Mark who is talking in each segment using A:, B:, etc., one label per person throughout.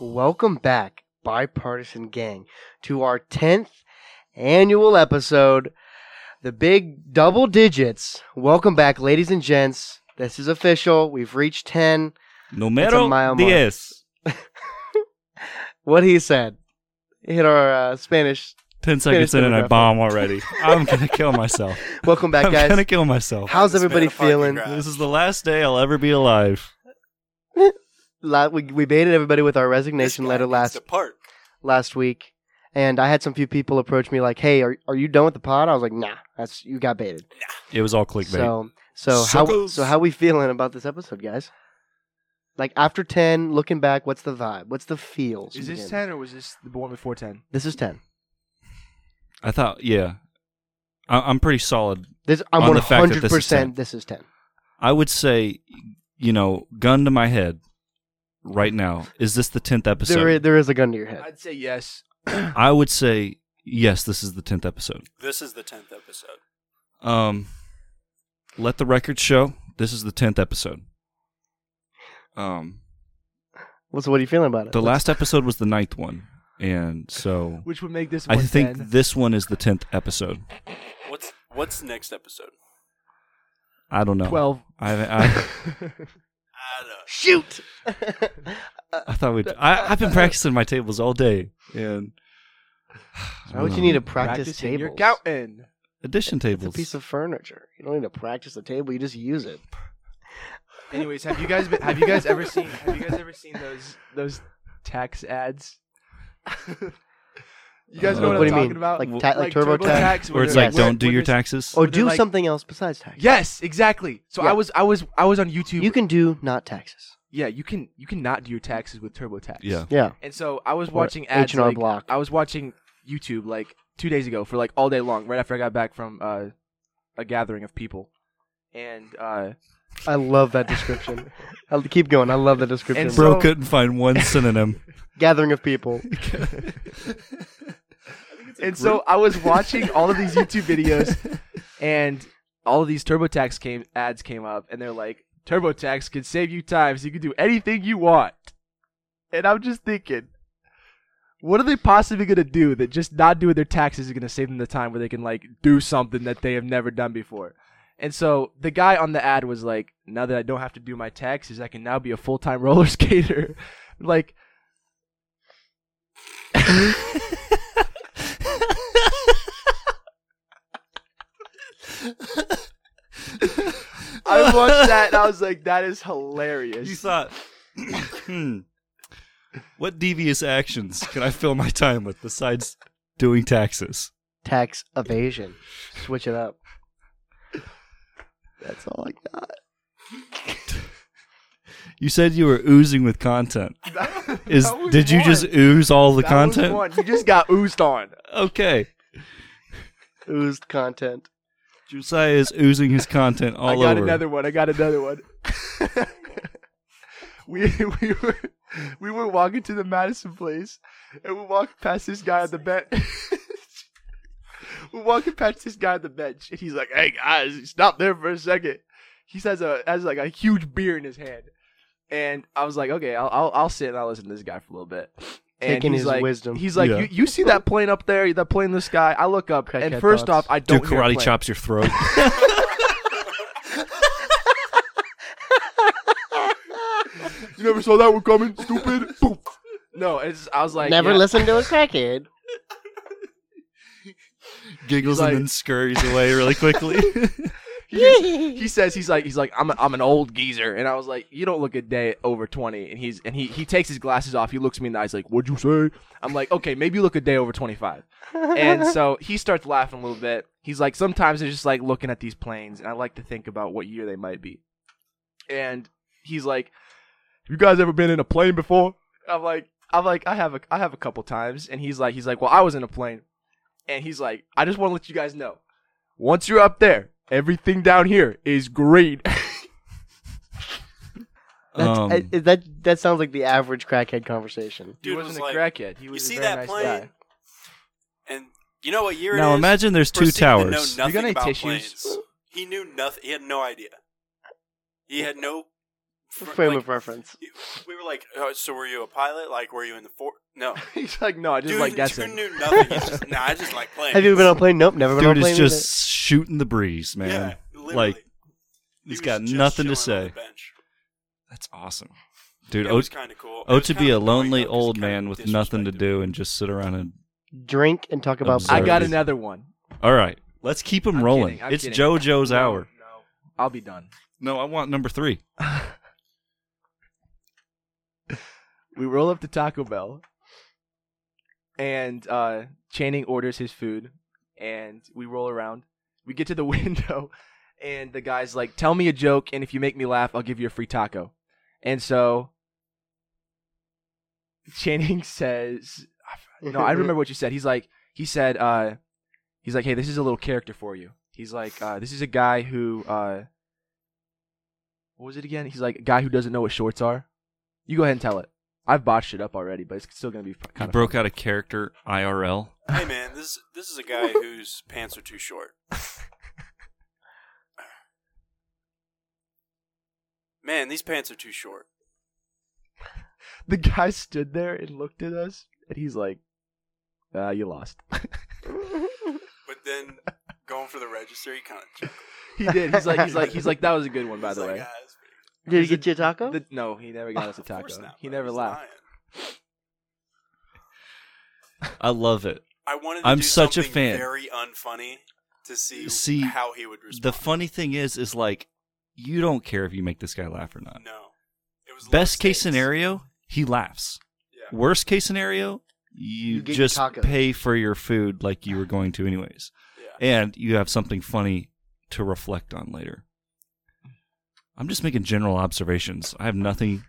A: Welcome back, bipartisan gang, to our 10th annual episode, the big double digits. Welcome back, ladies and gents. This is official. We've reached 10.
B: Numero
A: mile mark.
B: 10.
A: What he said. Hit our uh, Spanish.
B: 10 seconds in and I
A: telegraph.
B: bomb already. I'm going to kill myself.
A: Welcome back,
B: I'm
A: guys.
B: going to kill myself.
A: How's
C: It's been
A: everybody
C: a fucking
A: feeling?
C: grind.
B: This is the last day I'll ever be alive.
A: La- we, we baited everybody with our resignation
C: This guy
A: letter
C: needs
A: last
C: to park.
A: last week, and I had some few people approach me like, "Hey, are are you done with the pod?" I was like, "Nah, that's you got baited."
B: It was all clickbait.
A: So so how
C: Suckers.
A: so how we feeling about this episode, guys? Like after ten, looking back, what's the vibe? What's the feels?
D: Is this
A: again?
D: ten or was this the one before ten?
A: This is ten.
B: I thought, yeah. I- I'm pretty solid.
A: This I'm
B: On
A: one
B: the fact that
A: hundred
B: this is 10.
A: percent. This is ten.
B: I would say, you know, gun to my head right now. Is this the 10th episode?
A: There is, there is a gun to your head.
D: I'd say yes.
B: I would say, yes, this is the 10th episode.
C: This is the tenth episode.
B: Um, let the record show. This is the tenth episode. Um,
A: Well, so what are you feeling about it?
B: the last episode was the ninth one, and so
D: Which would make this
B: I
D: one
B: think
D: 10.
B: this one is the tenth episode.
C: What's what's next episode?
B: I don't know.
D: twelve.
B: I I,
C: I don't.
A: shoot.
B: I thought we. I I've been practicing my tables all day, and I
A: Why
B: don't
A: would you
B: know.
A: need to practice
D: Practicing your
A: tables?
D: counting.
B: addition
A: It's
B: tables?
A: a piece of furniture. You don't need to practice the table. You just use it.
D: Anyways, have you guys been, have you guys ever seen have you guys ever seen those those tax ads? you guys know
B: Uh, what do
D: what, I'm
B: you
D: talking
A: mean?
D: about?
A: Like ta- like TurboTax?
D: TurboTax,
B: Where it's
D: they're
B: like, don't do
D: where
B: your
D: they're-
B: taxes.
A: Or
D: Well, they're
A: do
D: like-
A: something else besides taxes.
D: Yes, exactly. So
A: Yeah.
D: I was I was I was on YouTube.
A: You can do not taxes.
D: yeah, you can you can not do your taxes with TurboTax.
B: Yeah.
A: Yeah.
D: And so I was
A: Or
D: watching ads
A: H&R
D: like,
A: Block.
D: I was watching YouTube like two days ago for like all day long, right after I got back from uh, a gathering of people, and uh,
A: I love that description. I'll keep going. I love the description.
D: And
B: Bro
D: so-
B: couldn't find one synonym.
A: Gathering of people.
D: and so I was watching all of these YouTube videos, and all of these TurboTax came ads came up, and they're like, TurboTax can save you time, so you can do anything you want, and I'm just thinking. What are they possibly gonna do that just not doing their taxes is gonna save them the time where they can like do something that they have never done before? And so the guy on the ad was like, "Now that I don't have to do my taxes, I can now be a full time roller skater." like, I watched that and I was like, "That is hilarious."
B: You thought, hmm, what devious actions can I fill my time with besides doing taxes?
A: Tax evasion. Switch it up. That's all I got.
B: You said you were oozing with content.
D: That-
B: Is
D: that was
B: did you
D: one.
B: just ooze all the
D: That was
B: content?
D: one. You just got oozed on.
B: Okay,
A: Oozed content.
B: Josiah is oozing his content all
D: I got
B: over.
D: another one. I got another one. we we were we were walking to the Madison place, and we walked past this guy on the bench. we're walking past this guy on the bench, and he's like, "Hey guys, stop there for a second. He has a has like a huge beer in his hand, and I was like, "Okay, I'll I'll, I'll sit and I'll listen to this guy for a little bit." And
A: Taking
D: he's
A: his
D: like,
A: wisdom.
D: He's like,
B: Yeah.
D: you, you see that plane up there, that plane in the sky? I look up,
A: Crackhead
D: and first
A: thoughts.
D: off, I
B: Do
D: don't hear a
B: karate
D: plane.
B: chops your throat.
D: You never saw that one coming, stupid. Boom. No, it's I was like
A: Never
D: yeah.
A: listen to a crackhead.
B: Giggles
D: like-
B: and then scurries away really quickly.
D: He, just- he says he's like he's like I'm a, I'm an old geezer, and I was like you don't look a day over twenty, and he's and he he takes his glasses off, he looks me in the eyes like what'd you say? I'm like okay maybe you look a day over twenty five, and so he starts laughing a little bit. He's like sometimes it's just like looking at these planes, and I like to think about what year they might be, and he's like, you guys ever been in a plane before? I'm like I'm like I have a I have a couple times, and he's like he's like well I was in a plane, and he's like I just want to let you guys know once you're up there, everything down here is green.
A: That's,
B: Um,
A: I- that that sounds like the average crackhead conversation.
D: he
C: Dude
D: wasn't
C: was
D: a
C: like,
D: crackhead. He
C: You
D: was
C: see
D: a very
C: that
D: nice
C: plane?
D: guy.
C: And you know what year it
B: now
C: is?
B: imagine there's
C: For
B: two
C: Steve to know
B: towers.
C: nothing
D: got any
C: about
D: tissues?
C: planes. He knew nothing. He had no idea. He had no fr-
A: frame
C: like,
A: of reference.
C: you- We were like, oh, so were you a pilot? Like, were you in the four? No,
D: He's like, no, I just
C: dude,
D: like
C: dude
D: guessing.
C: knew nothing. He's just, nah, I just like playing.
A: Have you ever been on a plane? Nope, never been on
B: Dude
A: a plane.
B: is
A: either.
B: just shooting the breeze, man.
C: Yeah, literally.
B: Like,
C: He
B: he's
C: was
B: got
C: just
B: nothing to
C: chilling on
B: say.
C: the bench.
B: That's awesome, dude.
C: It
B: Oh,
C: was kind of cool. It
B: oh
C: was
B: to be
C: kinda
B: a
C: annoying,
B: lonely
C: though, 'cause
B: old
C: kinda
B: man with nothing to
C: disrespected.
B: do and just sit around and.
A: drink and talk about.
B: Observe.
D: I got
B: Service.
D: another one.
B: All right, let's keep him
D: I'm
B: rolling.
D: kidding, I'm
B: it's
D: kidding.
B: JoJo's hour.
D: I'll be done.
B: No, I want number three.
D: We roll up to Taco Bell, and uh, Channing orders his food, and we roll around. We get to the window, and the guy's like, "Tell me a joke, and if you make me laugh, I'll give you a free taco." And so Channing says, "No, I remember what you said." He's like, he said, uh, he's like, "Hey, this is a little character for you." He's like, uh, "This is a guy who." Uh, what was it again? He's like a guy who doesn't know what shorts are. You go ahead and tell it. I've botched it up already, but it's still gonna be
B: You
D: kind of.
B: broke out a character IRL.
C: Hey man, this this is a guy whose pants are too short. Man, these pants are too short.
D: The guy stood there and looked at us, and he's like, uh, "You lost."
C: But then going for the register, he kind of.
D: he did. He's like, he's like, he's like, that was a good one, by the
C: like,
D: way.
C: "Ah, that's pretty good."
A: Did he get you a taco?
D: The- no, he never got us a
C: Of course
D: taco.
C: not,
D: He
C: bro.
D: never
C: He's
D: laughed.
C: lying.
B: I love it.
C: I wanted. To
B: I'm
C: do
B: such a
C: something
B: fan.
C: Very unfunny to see,
B: See,
C: how he would respond.
B: The funny thing is, is like you don't care if you make this guy laugh or not.
C: No, it was low
B: Best case
C: stakes.
B: scenario, he laughs.
C: Yeah.
B: Worst case scenario, you,
A: You get
B: just
A: tacos.
B: pay for your food like you were going to anyways,
C: Yeah.
B: and you have something funny to reflect on later. I'm just making general observations. I have nothing.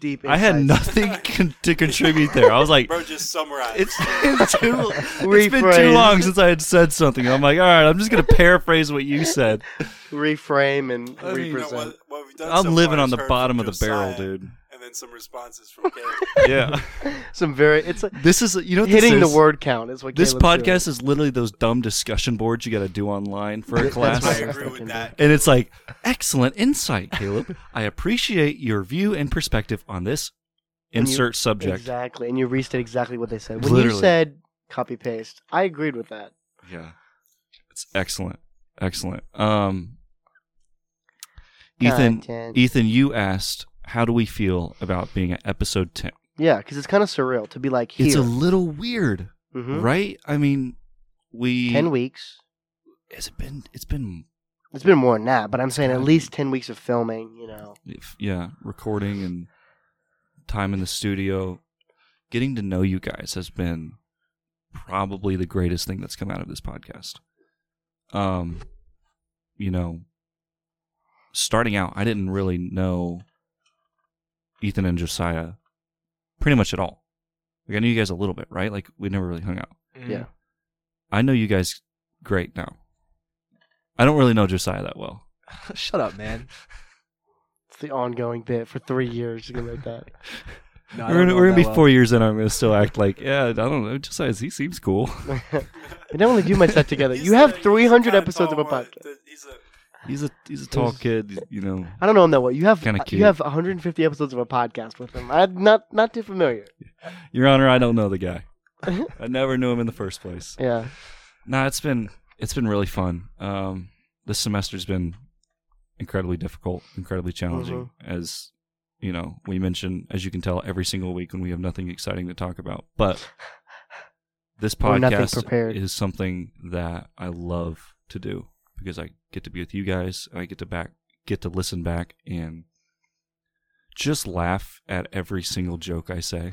A: Deep.
B: I had
A: insights.
B: nothing con- to contribute there. I was like,
C: Bro, just summarize.
B: It's been too. It's been too
A: Rephrase.
B: long since I had said something. I'm like, all right, I'm just gonna paraphrase what you said.
A: Reframe and
B: I mean,
C: You know,
A: represent.
C: what, what we've done so
B: I'm
C: far
B: living on
C: is
B: the
C: heard
B: bottom of
C: from
B: the barrel,
C: Josiah,
B: dude.
C: And then some responses from Caleb.
B: Yeah,
A: Some very. It's like
B: this is you know what this
A: hitting the
B: is?
A: word count is what
B: This
A: Caleb's doing.
B: podcast is literally those dumb discussion boards you got to do online for a
A: That's
B: class.
C: I
A: what
C: agree with
A: Fucking
C: that.
B: And it's like, excellent insight, Caleb. I appreciate your view and perspective on this
A: And you-
B: insert subject.
A: Exactly, and you restate exactly what they said. When you
B: Literally.
A: said copy paste, I agreed with that.
B: Yeah. It's excellent. Excellent. Um Ethan e-
A: Content.
B: Ethan, you asked how do we feel about being at episode ten?
A: Yeah, because it's kind of surreal to be like here.
B: It's a little weird,
A: Mhm.
B: right? I mean we
A: Ten weeks.
B: has it been it's been
A: It's been more than that, but I'm saying at
B: Ten.
A: least ten weeks of filming. You know,
B: if- yeah, recording and time in the studio. Getting to know you guys has been probably the greatest thing that's come out of this podcast. Um, you know, starting out, I didn't really know Ethan and Josiah pretty much at all. Like I knew you guys a little bit, right? Like we never really hung out.
A: Yeah.
B: I know you guys great now. I don't really know Josiah that well.
D: Shut up, man.
A: it's the ongoing bit for three years. You're gonna make that.
D: No,
B: We're
D: I don't
B: gonna,
D: know
B: we're
D: him
B: gonna be
D: that well.
B: four years in. I'm gonna still act like, yeah, I don't know. Just says he seems cool.
A: we don't really do much that together.
C: He's
A: you
C: the-
A: have
C: he's the
A: 300
C: kinda
A: episodes of a
C: tall one.
A: podcast.
C: The- He's a
B: He's a he's a tall
A: He's-
B: kid. You know,
A: I don't know him that well. You have
B: Kinda cute.
A: you have 150 episodes of a podcast with him. I'm not not too familiar.
B: Your Honor, I don't know the guy. I never knew him in the first place.
A: Yeah,
B: Nah, it's been it's been really fun. Um, this semester's been incredibly difficult, incredibly challenging.
A: Mm-hmm.
B: As you know, we mention as you can tell every single week when we have nothing exciting to talk about. But this
A: Or nothing
B: podcast
A: prepared.
B: is something that I love to do because I get to be with you guys and I get to back get to listen back and just laugh at every single joke I say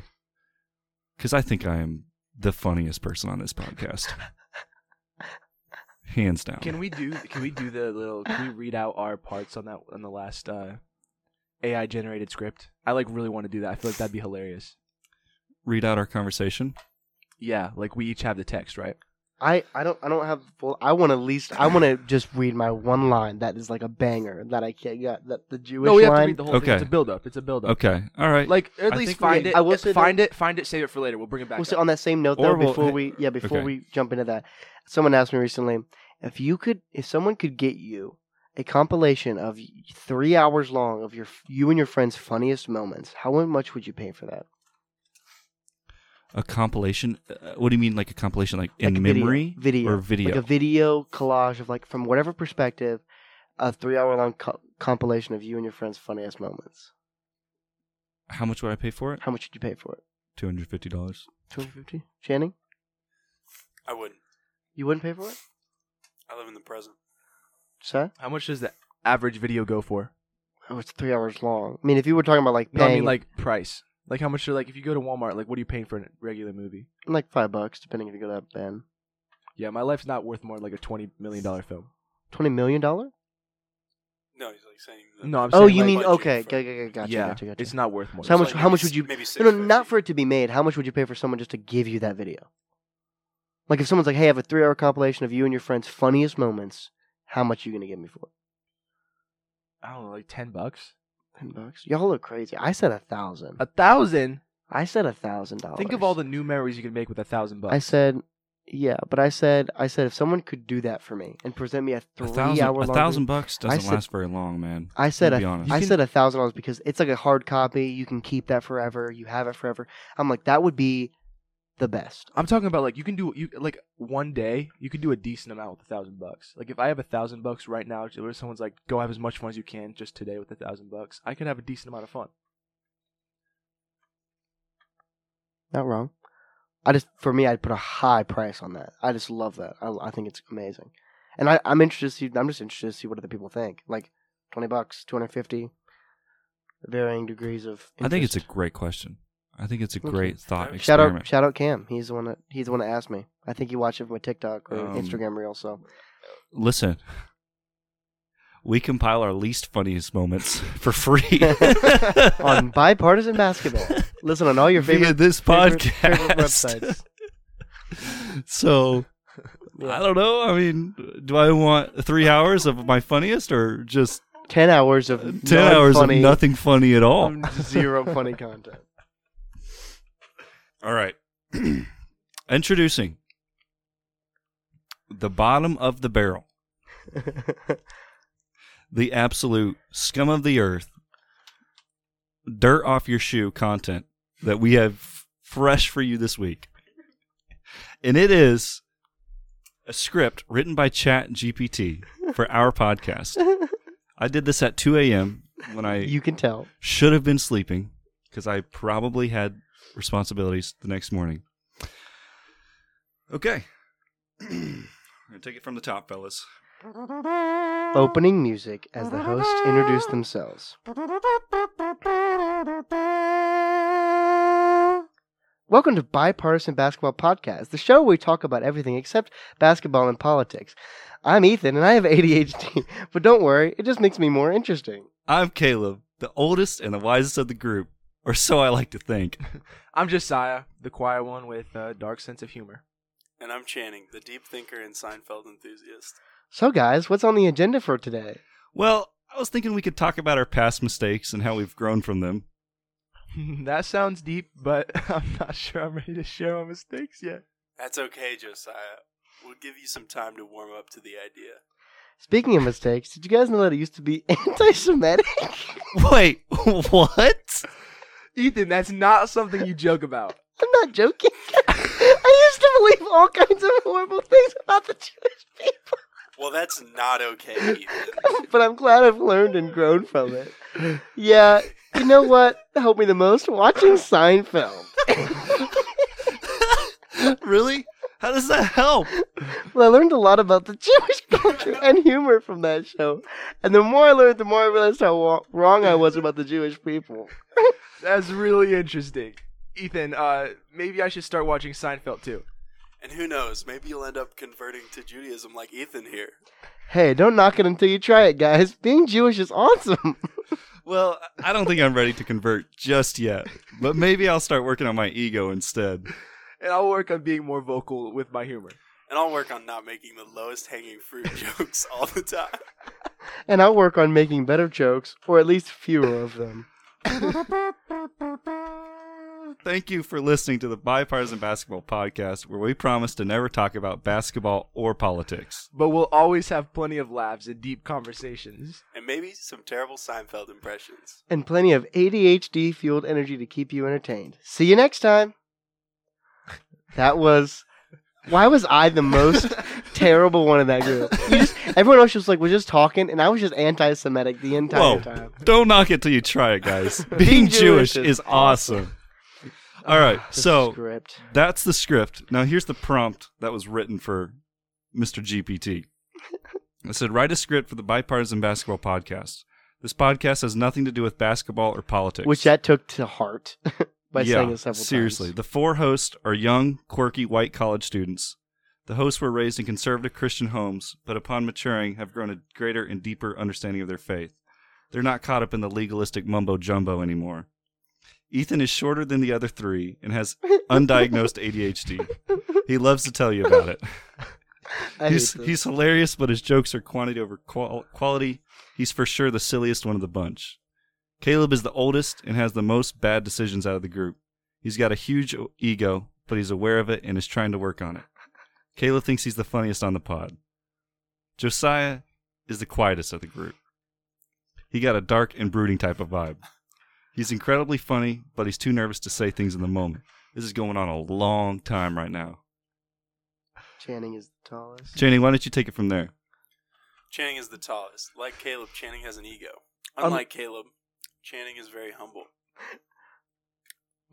B: because I think I am the funniest person on this podcast, hands down.
D: Can we do? Can we do the little? Can we read out our parts on that on the last uh, AI generated script? I like really want to do that. I feel like that'd be hilarious.
B: read out our conversation?
D: Yeah, like we each have the text, right?
A: I, I don't I don't have full. I want to least I want to just read my one line that is like a banger that I can't got that the Jewish
D: no, we have to
A: line.
D: read the whole
B: Okay.
D: thing. It's a build up. It's a build up.
B: Okay, all right.
D: Like or at
B: I
D: least
B: think
A: we-
D: find it.
A: I will say
D: find it. Find it. Save it for later. We'll bring it back.
A: Well, so
D: up.
A: on that same note,
B: Or
A: though,
B: we'll-
A: before we yeah, before
B: Okay.
A: we jump into that, someone asked me recently if you could, if someone could get you a compilation of y- three hours long of your you and your friends' funniest moments, how much would you pay for that?
B: A compilation? Uh, what do you mean, like a compilation, like in
A: Like a video-
B: memory,
A: video,
B: or video?
A: Like a video collage of like from whatever perspective, a three-hour-long co- compilation of you and your friends' funniest moments.
B: How much would I pay for it?
A: How much would you pay for it?
B: Two hundred fifty dollars.
A: Two hundred fifty. Channing,
C: I wouldn't.
A: you wouldn't pay for it,
C: I live in the present.
A: sir?
D: How much does the average video go for?
A: Oh, it's three hours long. I mean, if you were talking about like
D: No,
A: paying,
D: I mean like price. Like how much? Are, like if you go to Walmart, like what are you paying for a regular movie?
A: like five bucks, depending if you go to that band.
D: Yeah, my life's not worth more than like a twenty million dollar film.
A: Twenty million dollar?
C: No, he's like saying. that-
D: No, I'm
A: Oh,
D: saying,
A: you
D: like,
A: mean
C: budget
A: okay?
C: for-
A: Gotcha, gotcha, gotcha,
D: yeah,
A: gotcha, gotcha.
D: it's not worth more.
A: So how
D: than
A: much?
C: like
A: how much
C: maybe
A: would you?
C: s- maybe
A: No, no, not
C: 650.
A: for it to be made. How much would you pay for someone just to give you that video? Like if someone's like, "Hey, I have a three-hour compilation of you and your friends' funniest moments." How much you gonna give me for it?
D: I don't know, like ten bucks,
A: Ten bucks? Y'all look crazy. I said a thousand.
D: a thousand.
A: I said a thousand dollars.
D: Think of all the new memories you can make with a thousand bucks.
A: I said, yeah, but I said, I said, if someone could do that for me and present me a
B: A thousand,
A: three-hour,
B: a thousand bucks doesn't
A: said-
B: last very long, man.
A: I said, a,
B: Let's be honest.
A: I
D: You can-
A: said a thousand dollars because it's like a hard copy. You can keep that forever. You have it forever. I'm like, that would be the best.
D: I'm talking about like you can do you like one day you could do a decent amount with a thousand bucks. Like if I have a thousand bucks right now, if someone's like, go have as much fun as you can just today with a thousand bucks, I could have a decent amount of fun.
A: Not wrong. I just, for me, I'd put a high price on that. I just love that. I, I think it's amazing, and I, I'm interested. To see, I'm just interested to see what other people think. Like, twenty bucks, two hundred fifty, varying degrees of. Interest.
B: I think it's a great question. I think it's a
A: Okay.
B: great thought
A: Shout
C: Shout
B: experiment.
A: out, shout out Cam. He's the one that he's the one that asked me. I think he watched it from a TikTok or
B: Um,
A: Instagram reel. So
B: Listen, we compile our least funniest moments for free
A: on bipartisan basketball, listen on all your
B: via
A: favorite
B: this
A: favorite-
B: podcast.
A: favorite websites.
B: So I don't know. I mean, do I want three hours of my funniest or just
A: ten hours of
B: ten hours of
A: non-funny-
B: nothing funny at all?
A: of zero funny content.
B: All right. Introducing the bottom of the barrel, the absolute scum of the earth, dirt off your shoe content that we have fresh for you this week. And it is a script written by Chat GPT for our podcast. I did this at 2 a.m. when I
A: you can tell.
B: should have been sleeping because I probably had responsibilities the next morning. Okay. I'm going to take it from the top, fellas.
A: Opening music as the hosts introduce themselves. Welcome to Bipartisan Basketball Podcast, the show where we talk about everything except basketball and politics. I'm Ethan and I have ADHD, but don't worry, it just makes me more interesting.
B: I'm Caleb, the oldest and the wisest of the group, or so I like to think.
D: I'm Josiah, the quiet one with a dark sense of humor.
C: And I'm Channing, the deep thinker and Seinfeld enthusiast.
A: So, guys, what's on the agenda for today?
B: Well, I was thinking we could talk about our past mistakes and how we've grown from them.
D: that sounds deep, but I'm not sure I'm ready to share my mistakes yet.
C: That's okay, Josiah. We'll give you some time to warm up to the idea.
A: Speaking of mistakes, did you guys know that it used to be anti Semitic?
B: Wait, what?
D: Ethan, that's not something you joke about.
A: I'm not joking. I used to believe all kinds of horrible things about the Jewish people.
C: Well, that's not okay, Ethan.
A: but I'm glad I've learned and grown from it. Yeah, you know what helped me the most? Watching Seinfeld.
B: really? How does that help?
A: Well, I learned a lot about the Jewish culture and humor from that show. And the more I learned, the more I realized how wa- wrong I was about the Jewish people.
D: That's really interesting. Ethan, uh, maybe I should start watching Seinfeld too.
C: And who knows? Maybe you'll end up converting to Judaism like Ethan here.
A: Hey, don't knock it until you try it, guys. Being Jewish is awesome.
B: Well, I don't think I'm ready to convert just yet, but maybe I'll start working on my ego instead.
D: And I'll work on being more vocal with my humor.
C: And I'll work on not making the lowest hanging fruit jokes all the time.
A: And I'll work on making better jokes, or at least fewer of them.
B: Thank you for listening to the Bipartisan Basketball Podcast, where we promise to never talk about basketball or politics.
D: But we'll always have plenty of laughs and deep conversations.
C: And maybe some terrible Seinfeld impressions.
A: and plenty of ADHD fueled energy to keep you entertained. See you next time. That was. Why was I the most terrible one in that group? You just, everyone else was like, we're just talking, and I was just anti Semitic the entire
B: Whoa,
A: time.
B: don't knock it till you try it, guys. Being Jewish is awesome. Ah, All right,
A: This
B: so
A: Script.
B: that's the script. Now, here's the prompt that was written for Mr. GPT. I said, write a script for the Bipartisan Basketball Podcast. This podcast has nothing to do with basketball or politics.
A: Which that took to heart by saying it several
B: seriously.
A: times.
B: The four hosts are young, quirky white college students. The hosts were raised in conservative Christian homes, but upon maturing have grown a greater and deeper understanding of their faith. They're not caught up in the legalistic mumbo jumbo anymore. Ethan is shorter than the other three and has undiagnosed ADHD. He loves to tell you about it.
A: I hate
B: He's,
A: this.
B: he's hilarious, but his jokes are quantity over qual- quality. He's for sure the silliest one of the bunch. Caleb is the oldest and has the most bad decisions out of the group. He's got a huge o- ego, but he's aware of it and is trying to work on it. Caleb thinks he's the funniest on the pod. Josiah is the quietest of the group. He got a dark and brooding type of vibe. He's incredibly funny, but he's too nervous to say things in the moment. This is going on a long time right now.
A: Channing is the tallest.
B: Channing, why don't you take it from there?
C: Channing is the tallest. Like Caleb, Channing has an ego.
A: Um,
C: Unlike Caleb, Channing is very humble.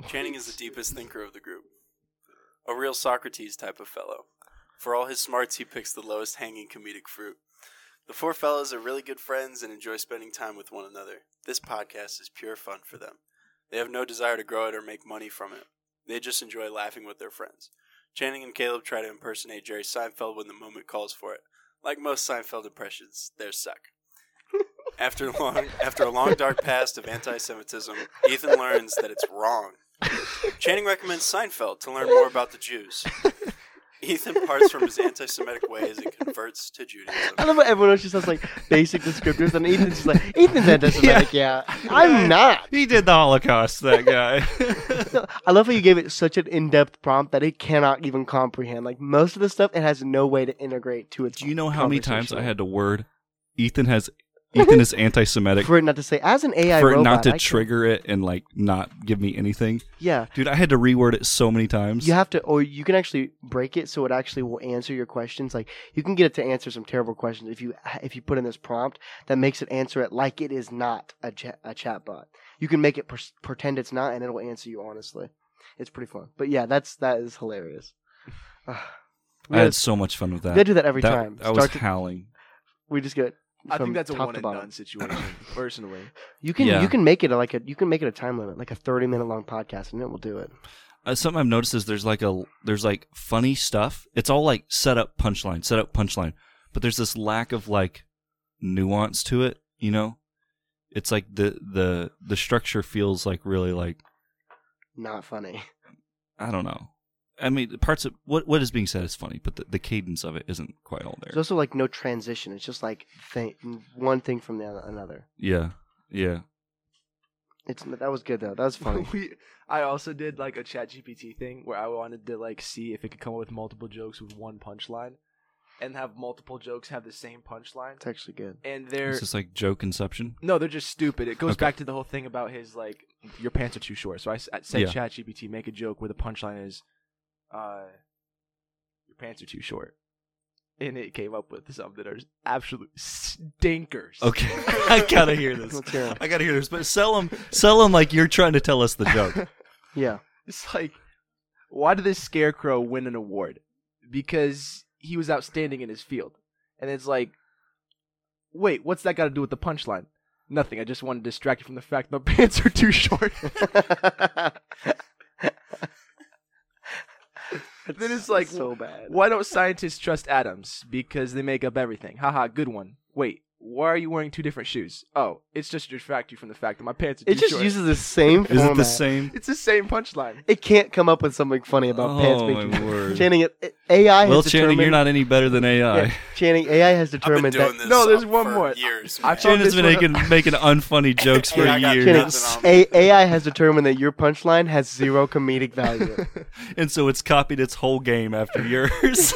C: Channing is the deepest thinker of the group. A real Socrates type of fellow. For all his smarts, he picks the lowest hanging comedic fruit. The four fellows are really good friends and enjoy spending time with one another. This podcast is pure fun for them. They have no desire to grow it or make money from it. They just enjoy laughing with their friends. Channing and Caleb try to impersonate Jerry Seinfeld when the moment calls for it. Like most Seinfeld impressions, theirs suck. After long, after a long dark past of anti-Semitism, Ethan learns that it's wrong. Channing recommends Seinfeld to learn more about the Jews. Ethan parts from his anti-Semitic ways and converts to
A: I
C: Judaism.
A: love how everyone else just has like basic descriptors, and Ethan's just like, Ethan's anti Semitic, yeah. I'm not.
B: He did the Holocaust, that guy.
A: I love how you gave it such an in-depth prompt that it cannot even comprehend. Like most of the stuff, it has no way to integrate to its.
B: Do you know how many times I
A: conversation.
B: had to word Ethan has Ethan is anti-Semitic
A: for it not to say as an AI
B: for it
A: robot?
B: not
A: I
B: to
A: can-
B: trigger it and like not give me anything?
A: Yeah,
B: Dude, I had to reword it so many times.
A: you have to, or you can actually break it so it actually will answer your questions. Like you can get it to answer some terrible questions if you if you put in this prompt that makes it answer it like it is not a cha- a chatbot. You can make it pers- pretend it's not, and it'll answer you honestly. It's pretty fun, but yeah, that's that is hilarious.
B: I had so much fun with that.
A: They do that every
B: That-
A: time.
B: I was
A: Start to-
B: howling.
A: we just get.
D: I
A: from
D: think that's a
A: top to
D: one and
A: bottom.
D: done situation, personally.
A: You can
B: Yeah.
A: you can make it like a you can make it a time limit, like a thirty minute long podcast, and it will do it.
B: Uh, something I've noticed is there's like a there's like funny stuff. It's all like set up punchline, set up punchline, but there's this lack of like nuance to it. You know, it's like the the the structure feels like really like
A: Not funny.
B: I don't know. I mean, the parts of what what is being said is funny, but the, the cadence of it isn't quite all there.
A: There's also like no transition. It's just like thing, one thing from the other, another.
B: yeah, yeah.
A: It's that was good though. That was funny.
D: we, I also did like a chat GPT thing where I wanted to like see if it could come up with multiple jokes with one punchline and have multiple jokes have the same punchline.
A: it's actually good.
D: And they're
B: It's just like joke inception.
D: no, they're just stupid. It goes
B: Okay.
D: back to the whole thing about his like your pants are too short. So I, s- I said
B: Yeah.
D: chat GPT make a joke where the punchline is uh your pants are too short. And it came up with some that are absolute stinkers.
B: Okay, I gotta hear this.
A: Let's hear 'em.
B: I gotta hear this. But sell them, sell them like you're trying to tell us the joke.
A: Yeah,
D: It's like, why did this scarecrow win an award? Because he was outstanding in his field. And it's like, wait, what's that got to do with the punchline? Nothing. I just wanted to distract you from the fact my pants are too short. then it's like,
A: so bad.
D: why don't scientists trust atoms? Because they make up everything. Haha, good one. Wait, why are you wearing two different shoes? Oh, it's just to distract you from the fact that my pants are too
A: It just
D: short.
A: uses the same
B: Is
A: format.
B: it the same?
D: it's the same punchline.
A: It can't come up with something funny about pants
B: Oh,
A: being
B: my word.
A: Channing, it- AI has
B: Well,
A: determined.
B: Channing, you're not any better than AI.
A: Yeah, Channing, AI has
C: I've been
A: determined that
C: doing this.
D: no, there's
C: up
D: one
C: for
D: more.
C: Years.
D: I
C: man.
D: found-
B: Shannon's been
D: this one-
B: making, making unfunny jokes for
C: Yeah, I got
A: Channing,
B: years,
C: nothing on
A: A- AI has determined that your punchline has zero comedic value.
B: and so it's copied its whole game after yours.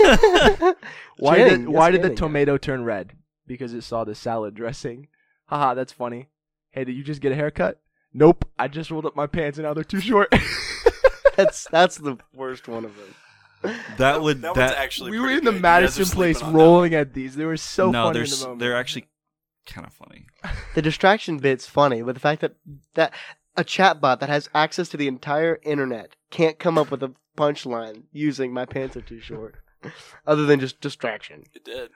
D: Why
A: Channing,
D: did
A: yes,
D: why did the
A: Channing.
D: tomato turn red? Because it saw the salad dressing. Haha, that's funny. Hey, did you just get a haircut? Nope, I just rolled up my pants and now they're too short.
A: That's that's the worst one of them.
B: that would
C: that,
B: that,
C: one's actually
D: we were
C: pretty
D: in the
C: good. You guys are
D: Madison place
C: sleeping on that one.
D: rolling at these. They were so
B: no,
D: funny
B: they're
D: in the
B: s-
D: moment.
B: they're actually kind of funny.
A: The distraction bit's funny, but the fact that that a chatbot that has access to the entire internet can't come up with a punchline using "my pants are too short," other than just distraction.
C: It did.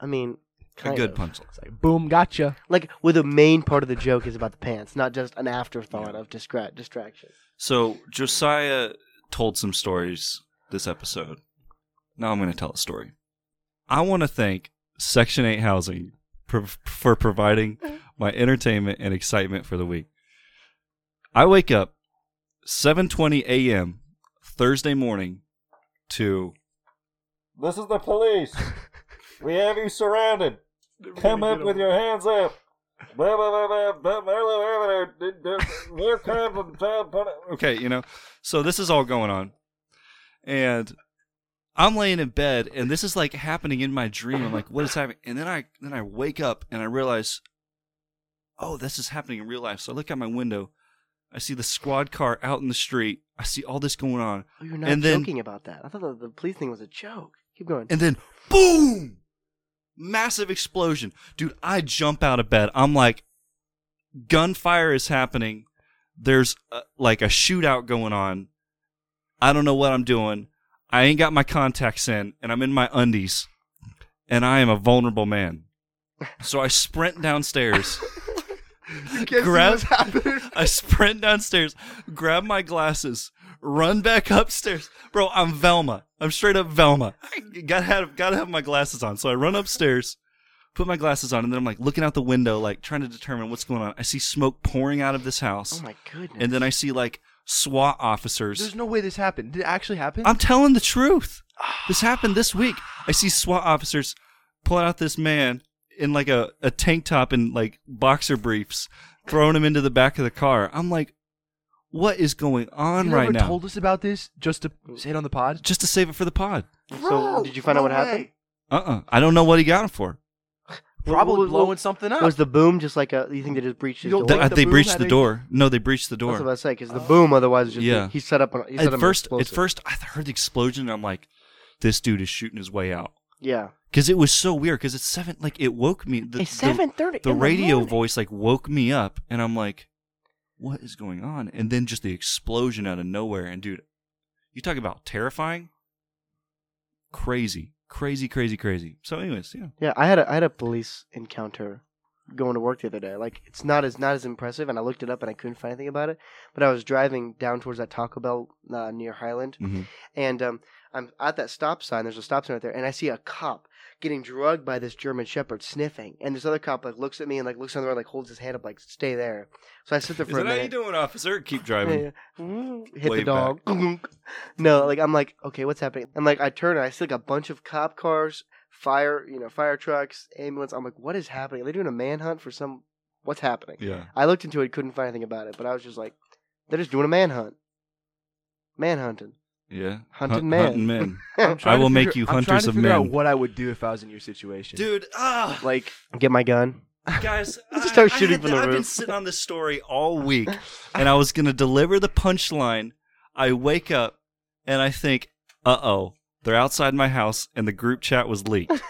A: I mean,
B: A
A: kind
B: good
A: of.
B: punchline.
D: It's like boom, gotcha.
A: Like, where the main part of the joke is about the pants, not just an afterthought
B: Yeah.
A: of distra- distraction.
B: So Josiah told some stories this episode. Now I'm going to tell a story. I want to thank Section 8 Housing for, for providing my entertainment and excitement for the week. I wake up 7:20 a.m. Thursday morning to
E: This is the police. we have you surrounded. Come up with your hands up. Blah, blah, blah, blah, blah, blah, blah, blah, blah. More crimes of child porno-
B: okay, you know. So this is all going on. And I'm laying in bed and this is like happening in my dream. I'm like, what is happening? And then I then I wake up and I realize oh, this is happening in real life. So I look out my window. I see the squad car out in the street. I see all this going on.
A: Oh, you're not
B: And then-
A: joking about that. I thought that the police thing was a joke. Keep going.
B: And then boom! Massive explosion. Dude, I jump out of bed. I'm like, gunfire is happening. There's uh like a shootout going on. I don't know what I'm doing. I ain't got my contacts in, and I'm in my undies, and I am a vulnerable man. So I sprint downstairs. Grab- I sprint downstairs, grab my glasses, run back upstairs. Bro, I'm Velma. I'm straight up Velma. I gotta have gotta have my glasses on. So I run upstairs, put my glasses on, and then I'm like looking out the window, like trying to determine what's going on. I see smoke pouring out of this
A: oh
B: house,
A: my goodness.
B: and then I see like SWAT officers.
D: There's no way this happened. Did it actually happen?
B: I'm telling the truth. This happened this week. I see SWAT officers pulling out this man in like a, a tank top and like boxer briefs, throwing him into the back of the car. I'm like, what is going on
D: you
B: right
D: never
B: now?
D: told us about this just to say it on the pod.
B: Just to save it for the pod.
A: so, did you find out what happened?
B: Uh uh I don't know what he got him for.
D: Probably
A: Well, well,
D: blowing something up.
A: Was the boom just like a? You think they just breached his
D: You
A: door?
D: don't
B: They,
D: think
B: uh,
D: the
B: they
D: boom
B: breached
D: had
B: the
D: a-
B: door. No, they breached the
A: That's what I
B: door.
A: was saying. Because the boom, otherwise, would just
B: Yeah.
A: be, he set up. An, he set up
B: At
A: an
B: first, at
A: explosive.
B: first, I heard the explosion. and I'm like, this dude is shooting his way out.
A: yeah.
B: Because it was so weird. Because it's seven. Like it woke me. The,
A: it's
B: the-
A: seven thirty.
B: the radio voice like woke me up and I'm like, what is going on? And then just the explosion out of nowhere. And dude, you talk about terrifying? Crazy. Crazy, crazy, crazy. So anyways, yeah.
A: Yeah, I had a I had a police encounter going to work the other day. Like it's not as not as impressive, and I looked it up and I couldn't find anything about it. But I was driving down towards that Taco Bell uh, near Highland,
B: Mhm.
A: and um, I'm at that stop sign. There's a stop sign right there, and I see a cop getting drugged by this German Shepherd sniffing, and this other cop like looks at me and like looks on the road, like holds his hand up, like stay there. So I sit there for a minute.
B: doing, officer? Keep
A: Yeah, yeah. Hit
B: Way
A: the dog. no, like I'm like, okay, what's happening? And like I turn and I see like a bunch of cop cars, fire, you know, fire trucks, ambulance. I'm like, what is happening? Are they doing a manhunt for some? What's happening?
B: Yeah.
A: I looked into it, couldn't find anything about it, but I was just like, they're just doing a manhunt, manhunting.
B: Yeah.
A: Hunted
B: Hun-
A: man.
B: Hunting men.
D: I'm trying to
B: will make
D: figure-
B: you
D: I'm trying
B: hunters
D: to
B: of
D: figure out
B: men.
D: what I would do if I was in your situation.
B: Dude, ah,
D: Like,
A: Get my gun.
B: guys,
A: Just start shooting
B: had
A: from
B: the-
A: the
B: I've been
A: roof.
B: sitting on this story all week, and I was gonna deliver the punchline. I wake up and I think, "Uh oh, they're outside my house," and the group chat was leaked,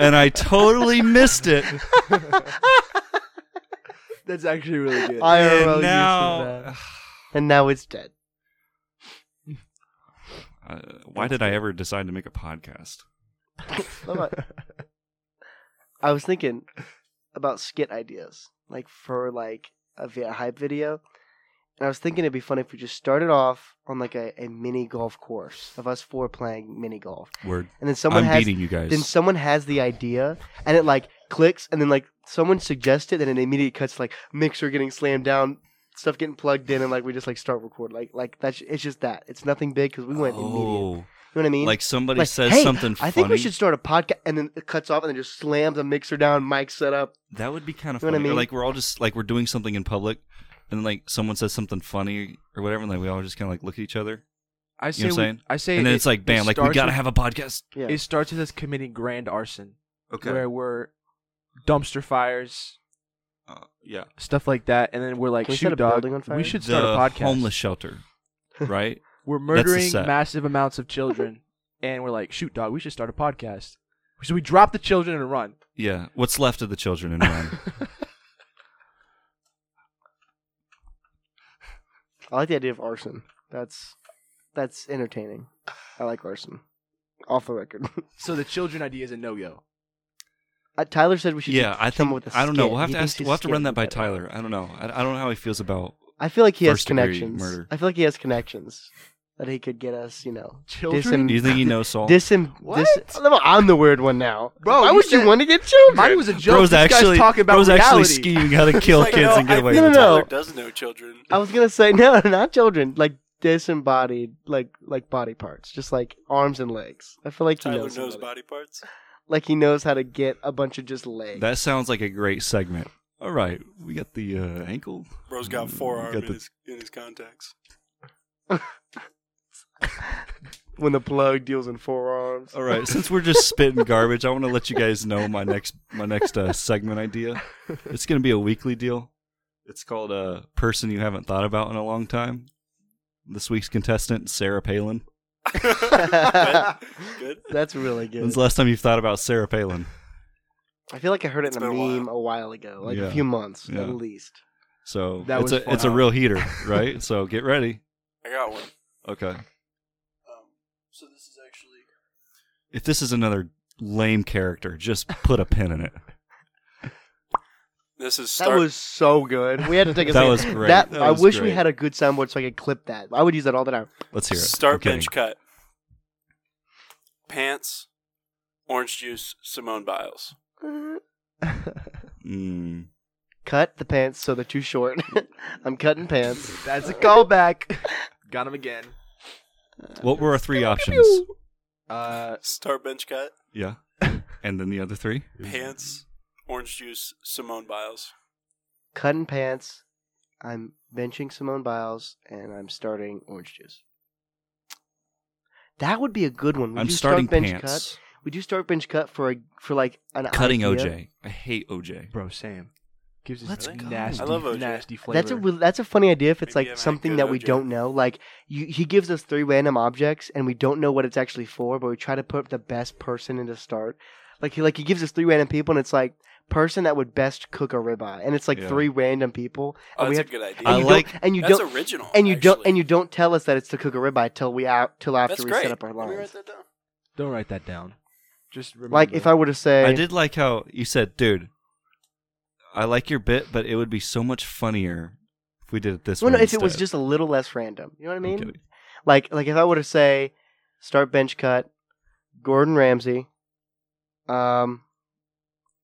B: and I totally missed it.
D: that's actually really good.
A: IRL
B: and
A: use of
B: now,
A: that. and now it's dead.
B: Uh, why did I ever decide to make a podcast?
A: I was thinking about skit ideas, like for like a vi- hype video, And I was thinking it'd be fun if we just started off on like a, a mini golf course of us four playing mini golf,
B: Word.
A: and then someone
B: I'm
A: has
B: beating you guys.
A: then someone has the idea and it like clicks and then like someone suggests it and it immediately cuts to, like mixer getting slammed down stuff getting plugged in and like we just like start recording like like that's it's just that it's nothing big because we went immediate you
B: oh,
A: know what i mean
B: like somebody
A: Like,
B: says
A: "Hey,
B: something
A: i
B: funny.
A: think we should start a podcast and then it cuts off and then just slams the mixer down mic set up
B: That would be kind of
A: You know what
B: funny.
A: I
B: Or
A: mean?
B: like we're all just like we're doing something in public, and like someone says something funny or whatever, and like we all just kind of like look at each other,
D: I
B: You
D: say
B: know what I'm
D: we-
B: saying?
D: I say
B: and then
D: it-
B: it's like,
D: it
B: bam, like we
D: starts
B: gotta
D: with-
B: have a podcast.
A: yeah
D: It starts with us committing grand arson, where we're dumpster fires,
B: Uh, yeah.
D: stuff like that, and then we're like,
A: Can we
D: shoot,
A: set a
D: dog,
A: building on fire?"
D: we should start
B: the
D: a podcast.
B: homeless shelter, right?
D: We're
B: the
D: murdering
B: set.
D: massive amounts of children, and we're like, shoot, dog, we should start a podcast. So we drop the children and run.
B: yeah. What's left of the children and run?
A: i like the idea of arson that's that's entertaining i like arson off the record
D: So the children idea is a no go.
A: Uh, tyler said we should
B: yeah,
A: do
B: I
A: someone
B: think
A: with a
B: I don't know.
A: skit.
B: We'll have
A: He
B: to
A: thinks
B: ask.
A: his
B: We'll have to
A: skit
B: run
A: would
B: that
A: be
B: by
A: better.
B: Tyler. I don't know. I, I don't know how he feels about.
A: I feel like he has
B: First degree
A: connections.
B: murder.
A: I feel like he has connections that he could get us, you know,
D: Children?
B: Do you think he knows Saul?
A: dis him.
D: What?
A: I'm the weird one now.
D: Bro,
A: why
D: you
A: would you
D: said-
A: want to get children?
D: Mine was a joke.
B: Bro's
D: this
B: actually
D: guy's talking about
B: Bro's
D: reality.
B: actually scheming how to kill
C: Like,
B: kids
C: no,
B: and get
C: I
B: away
A: no,
B: with
A: no.
B: it.
C: Tyler does know children.
A: I was gonna say no, not children. Like disembodied, like like body parts, just like arms and legs. I feel like he
C: Tyler
A: knows,
C: knows
A: somebody.
C: body parts.
A: like he knows how to get a bunch of just legs.
B: That sounds like a great segment. All right, we got the uh, ankle.
C: Bro's got forearm
B: Mm, Got the-
C: in, his, in his contacts.
A: when the plug deals in forearms.
B: All right, since we're just spitting garbage, I want to let you guys know my next my next uh, segment idea. It's going to be a weekly deal. It's called uh, person you haven't thought about in a long time. This week's contestant, Sarah Palin.
C: Good.
A: That's really good.
B: When's the last time you've thought about Sarah Palin?
A: I feel like I heard it
C: It's
A: in a
C: been a while.
A: meme a while ago, like
B: Yeah.
A: a few months
B: Yeah.
A: at least.
B: So it's
D: That was
B: a it's a
D: fun.
B: real heater, right? So get ready.
C: I got one.
B: Okay.
C: Um, so this is actually
B: If this is another lame character, just put a pin in it.
C: this is
A: That
C: start.
A: was so good. We had to take a
B: That
A: second.
B: was great.
A: That,
B: That
A: I
B: was
A: wish we
B: great.
A: had a good soundboard so I could clip that. I would use that all the time.
B: Let's hear it.
C: Start
B: I'm kidding.
C: bench cut. Pants, orange juice, Simone Biles.
B: Mm.
A: Cut the pants so they're too short. I'm cutting pants.
D: That's a callback. Got him again.
B: What were our three options?
D: Uh,
C: Start bench cut.
B: Yeah. And then the other three?
C: Pants, orange juice, Simone Biles.
A: Cutting pants. I'm benching Simone Biles and I'm starting orange juice. That would be a good one. Would
B: I'm
A: you
B: starting
A: start bench
B: pants.
A: cut? Would you start bench cut for a for like an
B: Cutting
A: idea?
B: OJ. I hate OJ.
D: bro, Sam gives us
B: Let's go.
D: nasty,
C: I love OJ.
D: nasty flavor.
A: That's a real- that's a funny idea if it's
C: Maybe I'm
A: like
C: not
A: something
C: good
A: that
C: at
A: we
C: OJ.
A: don't know. Like you, he gives us three random objects and we don't know what it's actually for, but we try to put the best person in to start. Like he like he gives us three random people and it's like person that would best cook a ribeye, and it's like
B: Yeah.
A: three random people.
C: Oh,
A: and we
C: that's a
A: have,
C: good idea.
B: I
A: and you
B: like-
A: don't, and you
C: that's
A: don't
C: original.
A: and you don't
C: actually.
A: and you don't tell us that it's to cook a ribeye till we out till after
C: that's
A: we
C: great.
A: set up our
C: Let me
A: lines.
C: write that down.
D: Don't write that down. Just remember.
A: Like if I were to say,
B: I did like how you said, dude, I like your bit, but it would be so much funnier if we did it this
A: well,
B: way.
A: no, if it was
B: instead."
A: just a little less random, you know what I
B: I'm
A: mean?
B: kidding.
A: Like like if I were to say start bench cut, Gordon Ramsay, um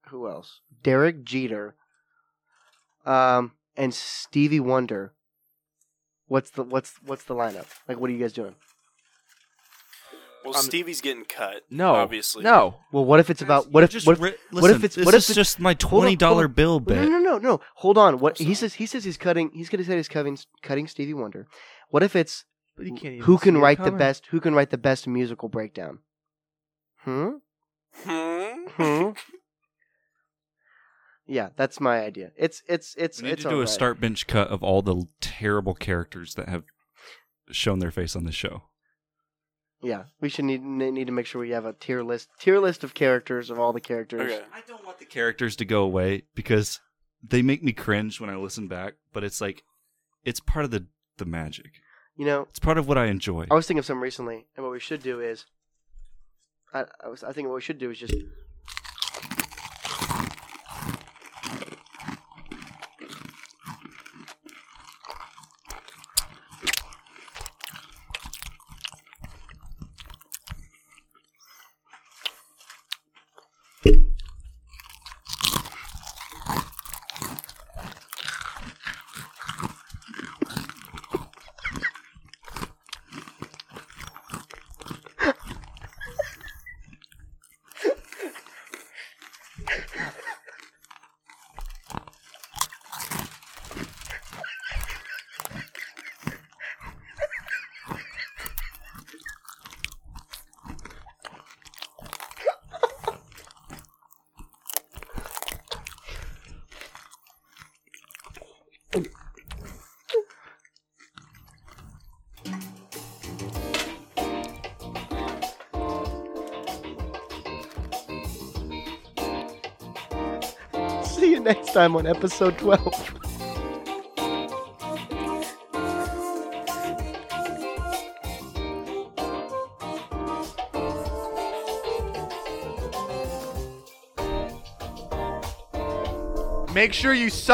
A: who else? Derek Jeter, um, and Stevie Wonder. What's the what's what's the lineup? Like what are you guys doing?
C: Well,
D: I'm-
C: Stevie's getting cut.
D: Um, no,
C: obviously.
D: No,
A: Well what if it's about what
B: You
A: if
B: just
A: what if,
B: ri-
A: what
B: listen,
A: if it's-
B: this
A: what if
B: is
A: it's-
B: just my
A: hold on,
B: twenty dollar
A: hold on.
B: bill
A: no,
B: bit?
A: no, no, no, no. Hold on. What he
C: Sorry.
A: says? He says he's cutting. He's gonna say he's cutting cutting Stevie Wonder. What if it's
D: But you can't even
A: who can
D: see it
A: write the
D: coming.
A: best? Who can write the best musical breakdown? Hmm.
C: Hmm?
A: Hmm. yeah, that's my idea. It's it's it's
B: we need
A: it's
B: to do a
A: alright.
B: start bench cut of all the terrible characters that have shown their face on this show.
A: Yeah, we should need n- need to make sure we have a tier list tier list of characters of all the characters.
C: Okay.
B: I don't want the characters to go away because they make me cringe when I listen back, but it's like it's part of the the magic.
A: You know,
B: It's part of what I enjoy.
A: I was thinking of some recently, and what we should do is, I I was I think what we should do is just See you next time on episode 12.
D: Make sure you suck.